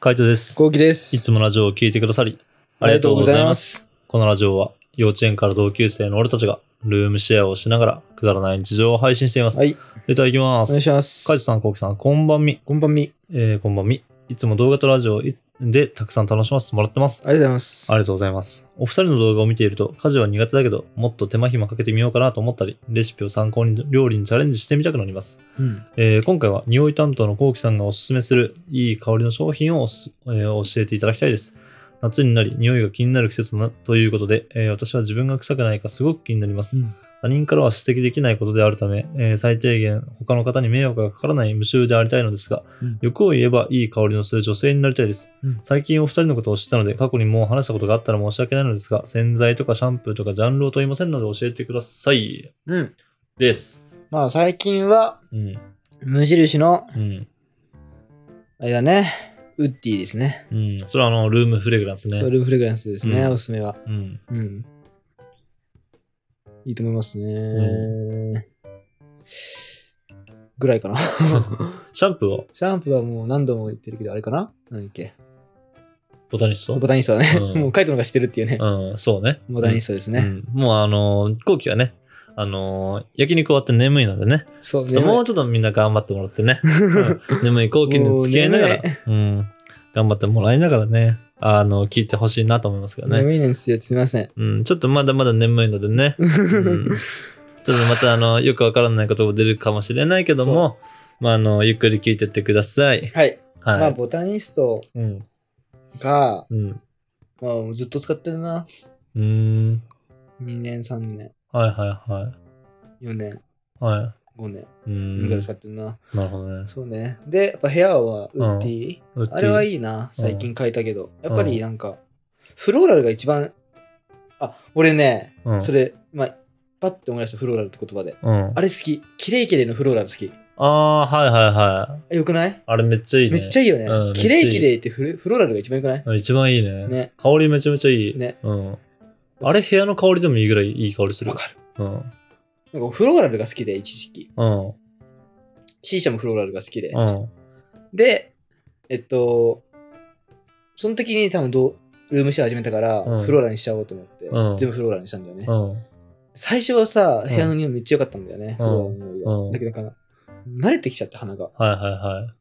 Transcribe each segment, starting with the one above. カイトです。こうきでいす。つもラジオを聞いてくださり、あありりがとがとううごござざいいま。ますす。このラジオは、幼稚園から同級生の俺たちが、ルームシェアをしながら、くだらない日常を配信しています。、はいい、ただきまお願いす。します。カイトさん、コウキさん、こんばんみ。こんばんみ。ありえー、こんばんみ。いつも動画とラジオいでたくさん楽しませてもらってます。がとうございますあ。りがとうございます。お二人の動画を見ていると、家事は苦手だけど、もっと手間暇かけてみようかなと思ったり、レシピを参考に料理にチャレンジしてみたくなります。うん。えー今回は匂い担当のこうきさんがおすすめするいい香りの商品をおす、えー教えていただきたいです。夏になり匂いが気になる季節なということで、えー私は自分が臭くないかすごく気になります。うん他人からは指摘できないことであるため、えー最低限他の方に迷惑がかからない無臭でありたいのですが、うん欲を言えばいい香りのする女性になりたいです。うん最近お二人のことを知ったので、過去にもう話したことがあったら申し訳ないのですが、洗剤とかシャンプーとかジャンルを問いませんので教えてください。うん。です。まあ最近は、うん。無印の、うん。あれだね、ウッディですね。うん、それはあの、ルームフレグランスね。ソウルフレグランスですね、うんおすすめは。 うん。うん。いいと思いますね。ぐらいかな。 シャンプーはシャンプーはもう何度も言ってるけど、あれかななんだっけボタニストボタニストだね。うんもうカイトのが知ってるっていうね。うん、そうね。ボタニストですトね。うん、もうあのー、後期はね、あのー、焼肉終わって眠いのでね、そうちょっともうちょっとみんな頑張ってもらってね、うん眠い後期に付き合いながらもう、うん、頑張ってもらいながらね、あの、聞いてほしいなと思いますけどね。眠いんですよ、すみません。うん、ちょっとまだまだ眠いのでね、 うん、ちょっとまたあの、よくわからないことも出るかもしれないけども、まあ、あの、ゆっくり聞いてってください。はい。はい。まあ、ボタニストうん。が、うん。まあ、ずっと使ってるな。うーん。 2年、3年、はいはいは4年、い。は5年い。うーん。ぐらい使ってるな。なるほどね。そうね。で、やっぱ部屋はウッディ。ウッディあれはいいな、最近変えたけど。やっぱりなんか、フローラルが一番、あ、俺ね、うんそれ、まあ、パッて思い出したフローラルって言葉で。うん。あれ好き。キレイキレイのフローラル好き。ああー、はいはいはい。えよくないあれめっちゃいいね。めっちゃいいよね。うんキレめイキっちゃいレイってフルフローラルが一番よくないい。一番いいね。ね香りめちゃめちゃいい。ね。うん。あれ部屋の香りでもいいぐらいいい香りするわ。かる。うん。なんかフローラルが好きで、一時期。うん。 C 社もフローラルが好きで。うん。で、えっと、その時に多分どうルームシェア始めたから、うんフローラルにしちゃおうと思って、うん全部フローラルにしたんだよね。うん。最初はさ、ん部屋の匂いめっちゃ良かったんだよね、うんフローラルの匂いが。うんだけどなんか、慣れてきちゃって鼻が。はいはいは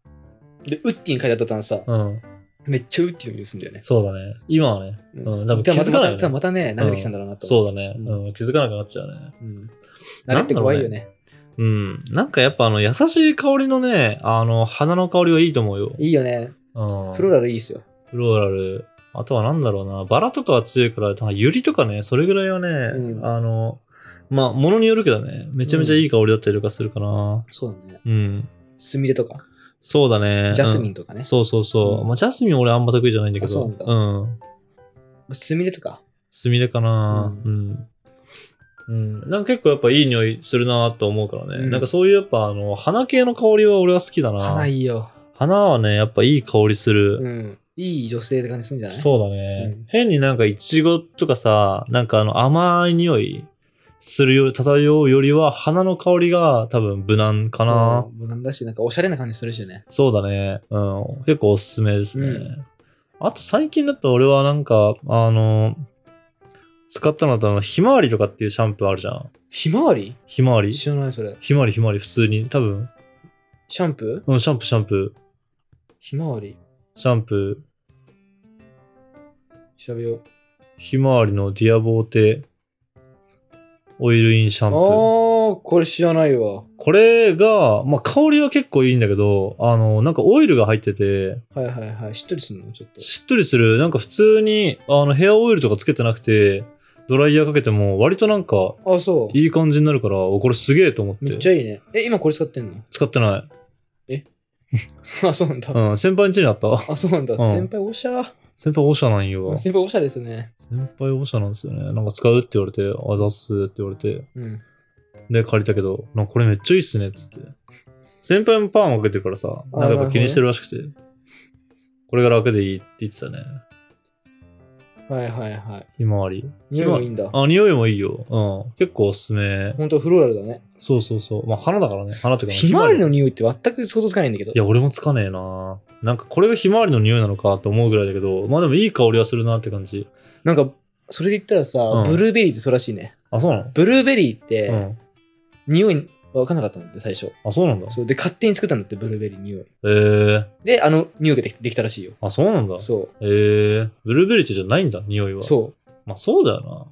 い。で、ウッディに書いてあったらさ、うん。めっちゃウッディの匂いするんだよね。そうだね。今はね。うん。多分気でもづかないよまたね。またね、慣れてきたんだろうなと思。そうだね。うんうん。気づかなくなっちゃうね。うん慣れって怖いよね。うん。なんかやっぱあの、優しい香りのね、あの、花の香りはいいと思うよ。いいよね。うん。フローラルいいですよ。フローラル。あとはなんだろうな。バラとかは強いから、なんかユリとかね、それぐらいはね、うんあの、まあ、ものによるけどね、めちゃめちゃいい香りだったりとかするかな。そうだね。うん。スミレとか、そうだね。ジャスミン、ンとかね。そうそうそう。うんまあ、ジャスミン俺あんま得意じゃないんだけど。あそうなんだうん。スミレとか。スミレかな。う。うんうん。なんか結構やっぱいい匂いするなと思うからね。うんなんかそういうやっぱあの、花系の香りは俺は好きだな。花いいよ。花はね、やっぱいい香りする。うん。いい女性って感じするんじゃないそうだね。うん変になんかイチゴとかさ、なんかあの甘い匂いするより、漂うよりは花の香りが多分無難かな。うん無難だし、なんかおしゃれな感じするしね。そうだね。うん。結構おすすめですね。うんあと最近だと俺はなんか、あの、使ったのだとあの、ひまわりとかっていうシャンプーあるじゃん。ひまわりひまわり知らないそれ。ひまわりひまわり普通に。多分、シャンプーうん、シャンプーシャンプひまわりー。シャンプー。調べよう。ひまわりのディアボーテオイルインシャあンプー。ー、これ知らないわ。これが、まあ、香りは結構いいんだけど、あの、なんかオイルが入ってて、はいはいはい。しっとりするのちょっと。しっとりする、なんか普通に、あの、ヘアオイルとかつけてなくて、ドライヤーかけても、割となんか、あ、そう。いい感じになるから、おこれすげえと思っ。めってちゃいいね。え、今これ使ってんの 使ってない。あ、そうなんだ。うん、先輩ん家にあった。 あ、そうなんだ。ん先輩おしゃ。先輩オシャなんよ。先先輩おしゃれですね。輩オシャなんですよね。なんか使うって言われて、あ、出すって言われて、うん。で、借りたけど、なんかこれめっちゃいいっすね、っつって。先輩もパーマかけてるからさ、あなんかやっぱ気にしてるらしくて、これが楽でいいって言ってたね。はいはいはい。ひまわり。匂いもいいんだ。あ、匂いもいいよ。うん。結構おすすめ。本当フローラルだね。そうそうそう。まあ、花だからね。花というか、ひまわりいの匂いって全く想像つかないんだけど。や、俺もつかねえななんかこれがひまわりの匂いなのかと思うぐらいだけど、まあでもいい香りはするなって感じ。なんか、それで言ったらさ、うんブルーベリーってそうらしいね。あ、そうなのブルーベリーっうて、ん。匂い分かんなかったんだって、最初。あ、そうなんだ。そうで、勝手に作ったんだって、ブルーベリーの匂い。えー。で、あの匂いができできたらしいよ。あ、そうなんだ。そ。えー。ブルーベリーってじゃないんだ、匂いうは。そまあそうだよな。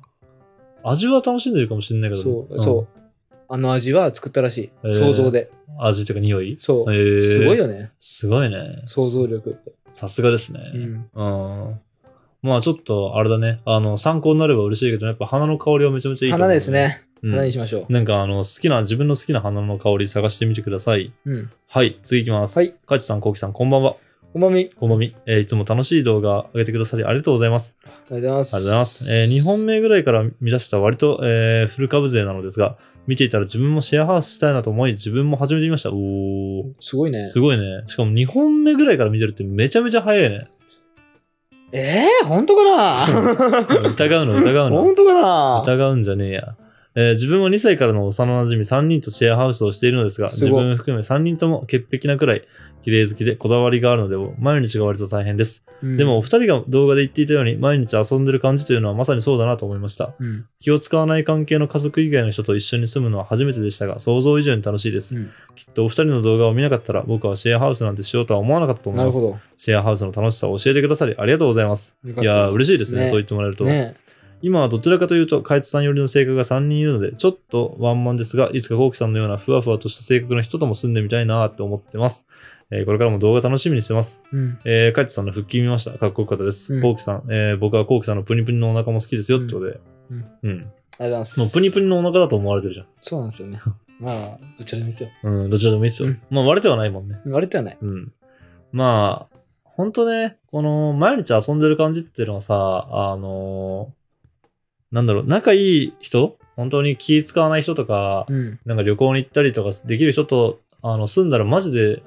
味は楽しんでるかもしれないけど、う。そう。んそう。あの味は作ったらしへーい。想像で。味っていうか匂いそえう。ー、すごいよね。すごいね。想像力って。さすがですね。うん。うん。まあちょっと、あれだね。あの、参考になれば嬉しいけど、やっぱ花の香りはめちゃめちゃいいと思う花です。ね。うん花にしましょなんかあの、好きな、自分の好きな花の香り探してみてください。う。うん。はい、次いきます。はい。かいちさん、こうきさん、こんばんは。こまみ。こんばんみ。えーいつも楽しい動画上げてくださりありがとうございます。ありがとうございます。ありがとうございます。え2本目ぐらいから見出した割と、えーフル株勢なのですが、見ていたら自分もシェアハウスしたいなと思い、自分も始めてみました。おー。すごいね。すごいね。しかも2本目ぐらいから見てるってめちゃめちゃ早いね。えー、本当かな疑うの、疑うの。本当かな疑うんじゃねえや。えー自分も2歳からの幼馴染み3人とシェアハウスをしているのですが、すご自い分含め3人とも潔癖なくらい綺麗好きでこだわりがあるので、毎日が割と大変です。うんでもお二人が動画で言っていたように、毎日遊んでる感じというのはまさにそうだなと思いました。うん。気を使わない関係の家族以外の人と一緒に住むのは初めてでしたが、想像以上に楽しいです。うんきっとお二人の動画を見なかったら、僕はシェアハウスなんてしようとは思わなかったと思ないるます。ほど。シェアハウスの楽しさを教えてくださり、ありがとうございます。よかいやー、嬉しいですね、ねそう言ってもらえると。ね今はどちらかというと、カイトさん寄りの性格が3人いるので、ちょっとワンマンですが、いつかコウキさんのようなふわふわとした性格の人とも住んでみたいなーって思ってます。えーこれからも動画楽しみにしてます。うん。えー、カイトさんの復帰見ました。かっこよかったです。うんコウキさん、えー僕はコウキさんのプニプニのお腹も好きですよってことで。うんうん。ありがとうございます。もうプニプニのお腹だと思われてるじそうなんですよ ね。まあ、どちらでもいいですよ。ゃん。うん、どちらでもいいですよ。うんまあ、割れてはないもんね。割れてはない。うん。まあ、ほんとね、この、毎日遊んでる感じっていうのはさ、あのーなんだろう、仲いい人本当に気使わない人とか、うん。なんか旅行に行ったりとかできる人と、あの、住んだらマジで、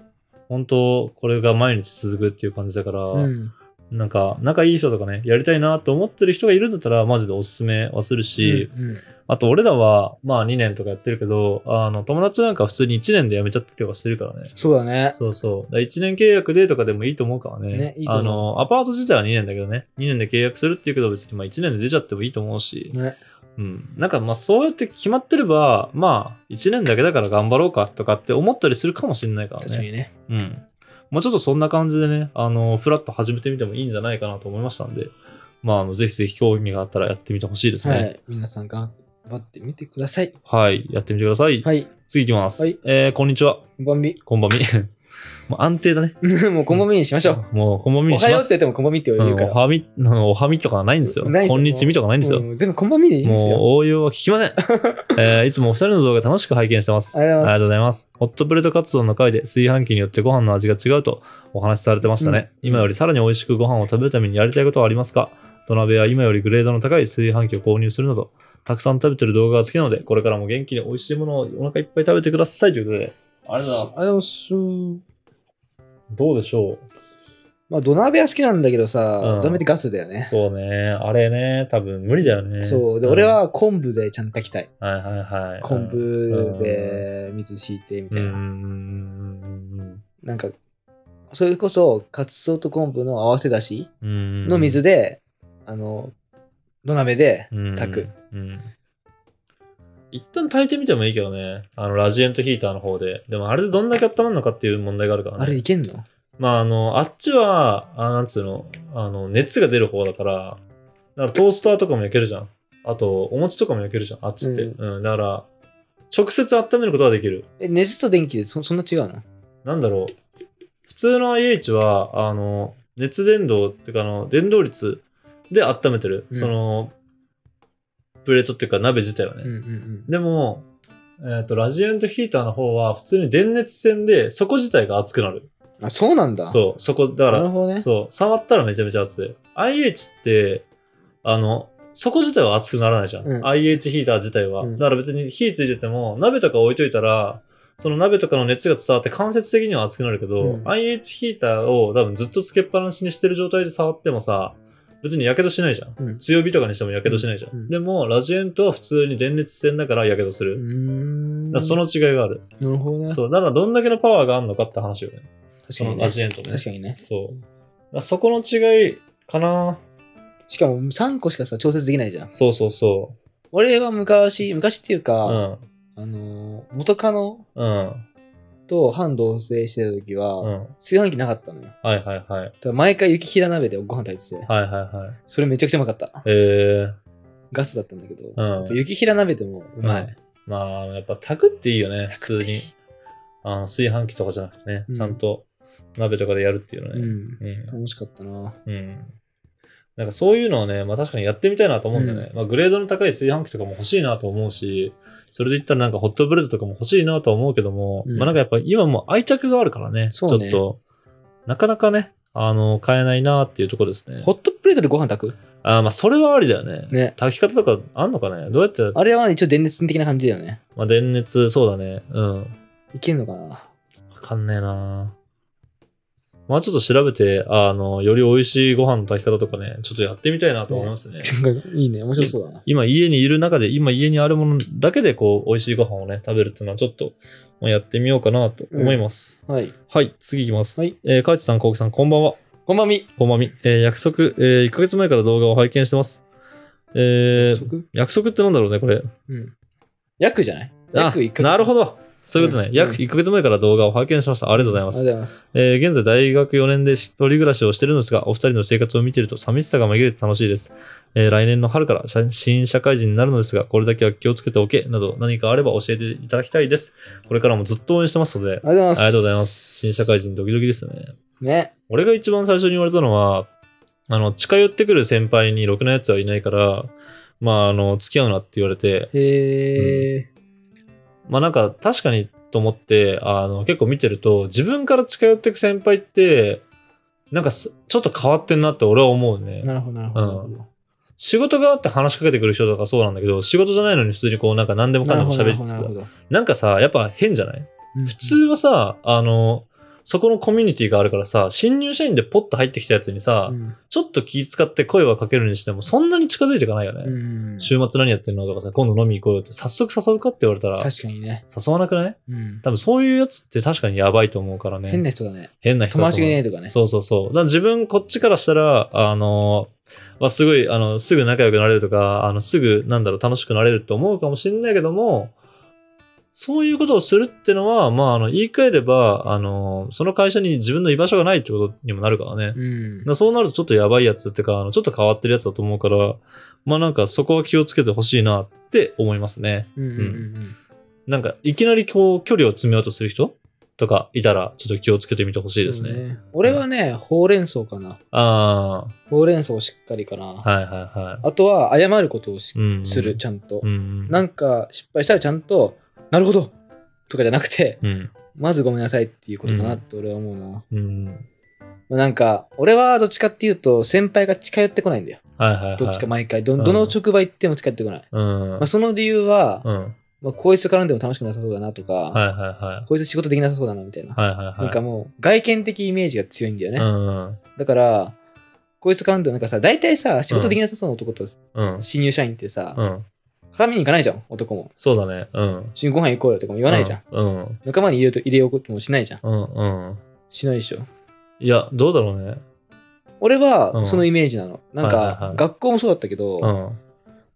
本当これが毎日続くっていう感じだから、うん。なんか、仲いい人とかね、やりたいなと思ってる人がいるんだったら、マジでおすすめはするし、うんあと俺らは、まあ2年とかやってるけど、あの、友達なんか普通に1年で辞めちゃったりとかしてるからね。そうだね。そうそう。だ1年契約でとかでもいいと思うからね。ねいいと思うあの、アパート自体は2年だけどね。2年で契約するっていうけど別にまあ1年で出ちゃってもいいと思うし。ね。うん。なんかまあそうやって決まってれば、まあ1年だけだから頑張ろうかとかって思ったりするかもしれないから確かね。にね。うん。まあちょっとそんな感じでね、あの、フラッと始めてみてもいいんじゃないかなと思いましたんで。まああの、ぜひぜひ興味があったらやってみてほしいですはね。い。皆さん頑張ってみてください。はい。やってみてください。はい。次いきます。はいえー、こんにちは。こんばんみ。こんばんみ。 もう安定だね。 もうこんばんみにしましょう。もうこんばんみおにしはよまうす。って言ってもこんばんみってう言んうかおら。はみ、うんおはみとかないんですよ。ないですこんにちみとかないんですよ。うん全部こんばんみでいいんですよ。もう応用は聞きま せん。えーいつもお二人の動画楽しく拝見してます。ありがとうあごりざがいとうごます。ざいます。ホットプレートカツ丼の回で炊飯器によってご飯の味が違うとお話しされてましたね。うん今よりさらに美味しくご飯を食べるためにやりたいことはありますか土鍋は今よりグレードの高い炊飯器を購入するなど、たくさん食べてる動画が好きなので、これからも元気に美味しいものをお腹いっぱい食べてくださいということで。ありがとうございます。ありがとうございます。どうでしょうまあ、土鍋は好きなんだけどうさん、土鍋ってガスだよね。そうね。あれね、多分無理だよね。そう。で、ん俺、は昆布でちゃんと炊きたい。はいはいはい。昆布で水敷いてうん、みたういんうな。んなんか、それこそ、カツオと昆布の合わせだしうんうん、の水で、あの、土鍋で、炊く。うんうん一旦炊いてみてもいいけどね。あの、ラジエントヒーターの方で。でも、あれでどんだけ温まるのかっていう問題があるからね。あれいけんのまあ、あの、あっちは、あなんつうの、あの、熱が出る方だから、だからトースターとかも焼けるじゃん。あと、お餅とかも焼けるじゃん。あっちって。ううん、だから、直接温めることはできる。え、熱と電気でそそんな違うのなんだろう。普通の IH は、あの、熱伝導っていうか、あの、電導率で温めてる。うんその、プレートっていうか鍋自体はね。うんうんでも、えーと、ラジエントヒーターの方は、普通に電熱線で、そこ自体が熱くなる。うん。あ、そうなんだ。そう、そこ、だかなるら、ほどね。そう、触ったらめちゃめちゃ熱で。IH って、あの、そこ自体は熱くならないじゃん。うん IH ヒーター自体は。うんだから別に火ついてても、鍋とか置いといたら、その鍋とかの熱が伝わって間接的には熱くなるけど、うん IH ヒーターを多分ずっとつけっぱなしにしてる状態で触ってもさ、別に火傷しないじゃん。うん。強火とかにしても火傷しないじゃん。うんうんでも、ラジエントは普通に電熱線だから火傷する。うーんだからその違いがある。なるほどね。そう。だからどんだけのパワーがあるのかって話よね。確確そかにのね。アジエントね確。かにね。そう。だからそこの違いかな。しかも3個しかさ、調節できないじゃん。そうそうそ俺は昔、昔っていうう。うか、ん。あのー、元カノうん。と反同棲してた時は、うん。炊飯器なかったのよ。だかはいはいはい。ら毎回雪平鍋でご飯食べてて、はいはいはい。それめちゃくちゃうまかった。えー。ガスだったんだけど、うん。雪平鍋でもうまい。うんまあ、やっぱ炊くっていいよね、普通に。あの炊飯器とかじゃなくてね、うんちゃんと鍋とかでやるっていうのうね。ん。うん。楽しかったな。うん。なんかそういうのをね、まあ確かにやってみたいなと思うんだよね。まあグレードの高い炊飯器とかも欲しいなと思うし、それで言ったらなんかホットプレートとかも欲しいなとは思うけども、うんまあなんかやっぱ今もう愛着があるからね、ちそょっうねと、なかなかね、あの、買えないなっていうところですねホ。ットプレートでご飯炊くあーまあそれはありだよね。ね炊き方とかあんのかねどうやって、あれは一応伝熱的な感じだよね。まあ電熱、そうだね。うん。いけんのかな わかんねえなまあちょっと調べて、あの、より美味しいご飯の炊き方とかね、ちょっとやってみたいなと思いますね。いいね、面白そうだな。今家にいる中で、今家にあるものだけでこう、美味しいご飯をね、食べるっていうのはちょっと、まあやってみようかなと思います。はい。はい、次いきます。はい。えー、河内さん、幸喜さん、こんばんは。こんばんみ。こんばんみ。えー、約束、えー、1ヶ月前から動画を拝見してます。えー、約約束ってなんだろうね、これ。束うん。約じゃないあ約1ヶ、月。なるほど。ど。そういうことね。うん約1ヶ月前から動画を拝見しました。ありがとうございあまりがすとうご。ざいます。えー現在大学4年で一人暮らしをしているのですが、お二人の生活を見ていると寂しさが紛れて楽しいです。えー来年の春から社新社会人になるのですが、これだけは気をつけておけなど何かあれば教えていただきたいです。これからもずっと応援してますので、ありがとうございまあす。りがとうございます。新社会人ドキドキですね。ね。俺が一番最初に言われたのは、あの、近寄ってくる先輩にろくな奴はいないから、まあ、あの、付き合うなって言われて、へえ。まあなんか確かにと思ってあの結構見てると自分から近寄ってく先輩ってなんかすちょっと変わってんなって俺は思うねなるほど、なるほど。仕事があって話しかけてくる人とかそうなんだけど仕事じゃないのに普通にこうなんか何でもかなんでるもほど、な喋るってほど。なるほくるどなんかさやっぱ変じゃない普普通はさあのそこのコミュニティがあるからさ新入社員でポッと入ってきたやつにさ、うんちょっと気使って声はかけるにしてもそんなに近づいていかないよね、うん。週末何やってんのとかさ今度飲み行こうよって早速誘うかって言われたら確かにね。誘わなくないうん多分そういうやつって確かにやばいと思うからね。変な人だね。変な人友だ達とがい思うないとかね。そうそうそう。だから自分こっちからしたら、あの、まあ、すごい、あの、すぐ仲良くなれるとか、あの、すぐ、なんだろう、楽しくなれると思うかもしれないけども、そういうことをするってのは、まあ、あの、言い換えれば、あの、その会社に自分の居場所がないってことにもなるからね。うんだか。らそうなるとちょっとやばいやつってか、あのちょっと変わってるやつだと思うから、まあなんかそこは気をつけてほしいなって思いますね。うんうんうんなんか、いきなりこう、距離を詰めようとする人とかいたら、ちょっと気をつけてみてほしいですね。そう。俺はね、ほうれん草かな。あほうれん草しっかりかあ、な。はいはいはい。あとは、謝ることをしうん、する、ちゃんとう。ん。なんか、失敗したらちゃんと、なるほどとかじゃなくて、うん。まずごめんなさいっていうことかなって俺は思うな。うん。まあなんか、俺はどっちかっていうと、先輩が近寄ってこないんだよ。はいはいはい。どっちか毎回。どうんどの職場行っても近寄ってこない。うん。まあ、その理由はう、ん。はいまあ、こいつと絡んでも楽しくなさそうだなとか、はいはい。こいつ仕事できなさそうだなみたいな。はいはいはい。なんかもう、外見的イメージが強いんだよね。うん。だから、こいつ絡んでもなんかさ、大体さ、仕事できなさそうな男とうん。新入社員ってさ、うん。絡みに行かないじゃん、男も。そうだね。うん。一緒にご飯行こうよとかも言わないじゃん。。うん。仲間に入れようと入れようともしないじゃん。うん。うん。しないでしょ。いや、どうだろうね。俺うんはそのイメージなの。なんはいはいはかい学校もそうだったけど、うん。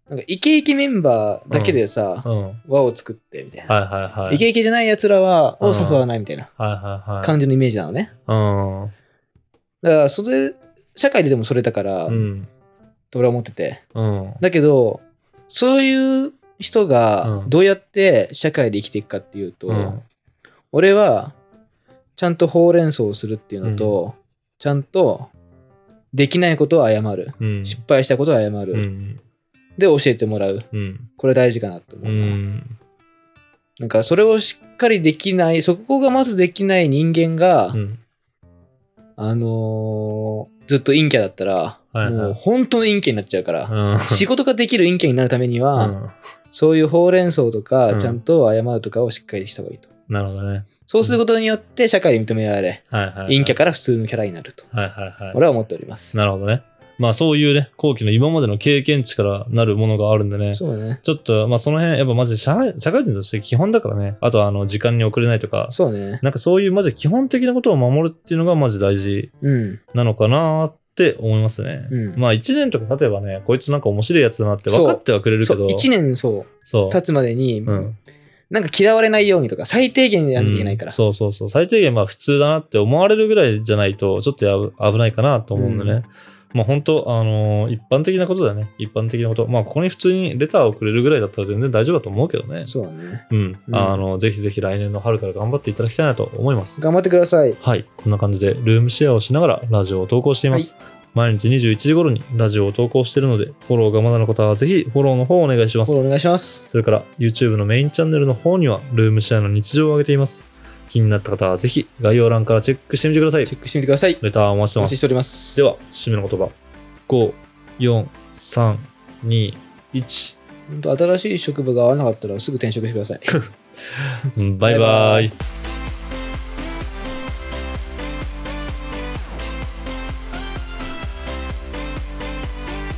なんかイケイケメンバーだけでさ、うん。はい輪を作ってみたいな。はいはい。イケイケじゃない奴らは、うんを誘わないみたいなはいはいはい。感じのイメージなのね。うん。だから、それ、社会ででもそれだから、うん。と俺は思ってて。うん。だけど、そういう人うがんどうやって社会で生きていくかっていうと、うん。俺はちゃんとほうれん草をするっていうのと、ちゃんとできないことは謝る、うん。失敗したことは謝る、うん。で教えてもらううん。これ大事かなと思ううな、ん。なんかそれをしっかりできないそこがまずできない人間が、うん。あのーずっと陰キャだったら、いはいもう本当の陰キャになっちゃうから、うん。仕事ができる陰キャになるためには、うんそういうほうれん草とか、うんちゃんと謝るとかをしっかりした方がいいと。なるほどね。そうすることによって社会に認められ、はいはい、はい。陰キャから普通のキャラになると。はいはいはい。俺は思っております。なるほどね。まあそういうね、後期の今までの経験値からなるものがあるんでね、そうだね。ちょっと、まあその辺、やっぱマジで社会社会人として基本だからね、あとはあの、時間に遅れないとか、そうね。なんかそういうマジで基本的なことを守るっていうのがマジ大事うん。なのかなって思いますね。うんまあ1年とか経てばね、こいつなんか面白いやつだなって分かってはくれるそけう、ど、 1年そう、そう経つまでに、うんなんか嫌われないようにとか、最低限やんなきゃいけないかうら。んそうそうそう。最低限まあ普通だなって思われるぐらいじゃないと、ちょっとやぶ危ないかなと思うんでね。まあ本当、あのー一般的なことだよね。一般的なこと。まあここに普通にレターをくれるぐらいだったら全然大丈夫だと思うけどね。そうだね。うん。うんあの、ぜひぜひ来年の春から頑張っていただきたいなと思います。頑張ってください。はい。こんな感じでルームシェアをしながらラジオを投稿しています。毎日21時頃にラジオを投稿しているので、フォローがまだの方はぜひフォローの方をお願いしまフすォ。ローお願いします。それから YouTube のメインチャンネルの方にはルームシェアの日常を上げています。気になった方はぜひ概要欄からチェックしてみてくださいチ。ェックしてみてください。レターをお待ちしておま待す。ちしております。では、締めの言葉。5、4、3、2、1。本当新しい職場が合わなかったらすぐ転職してください。うんバイバイババイイ。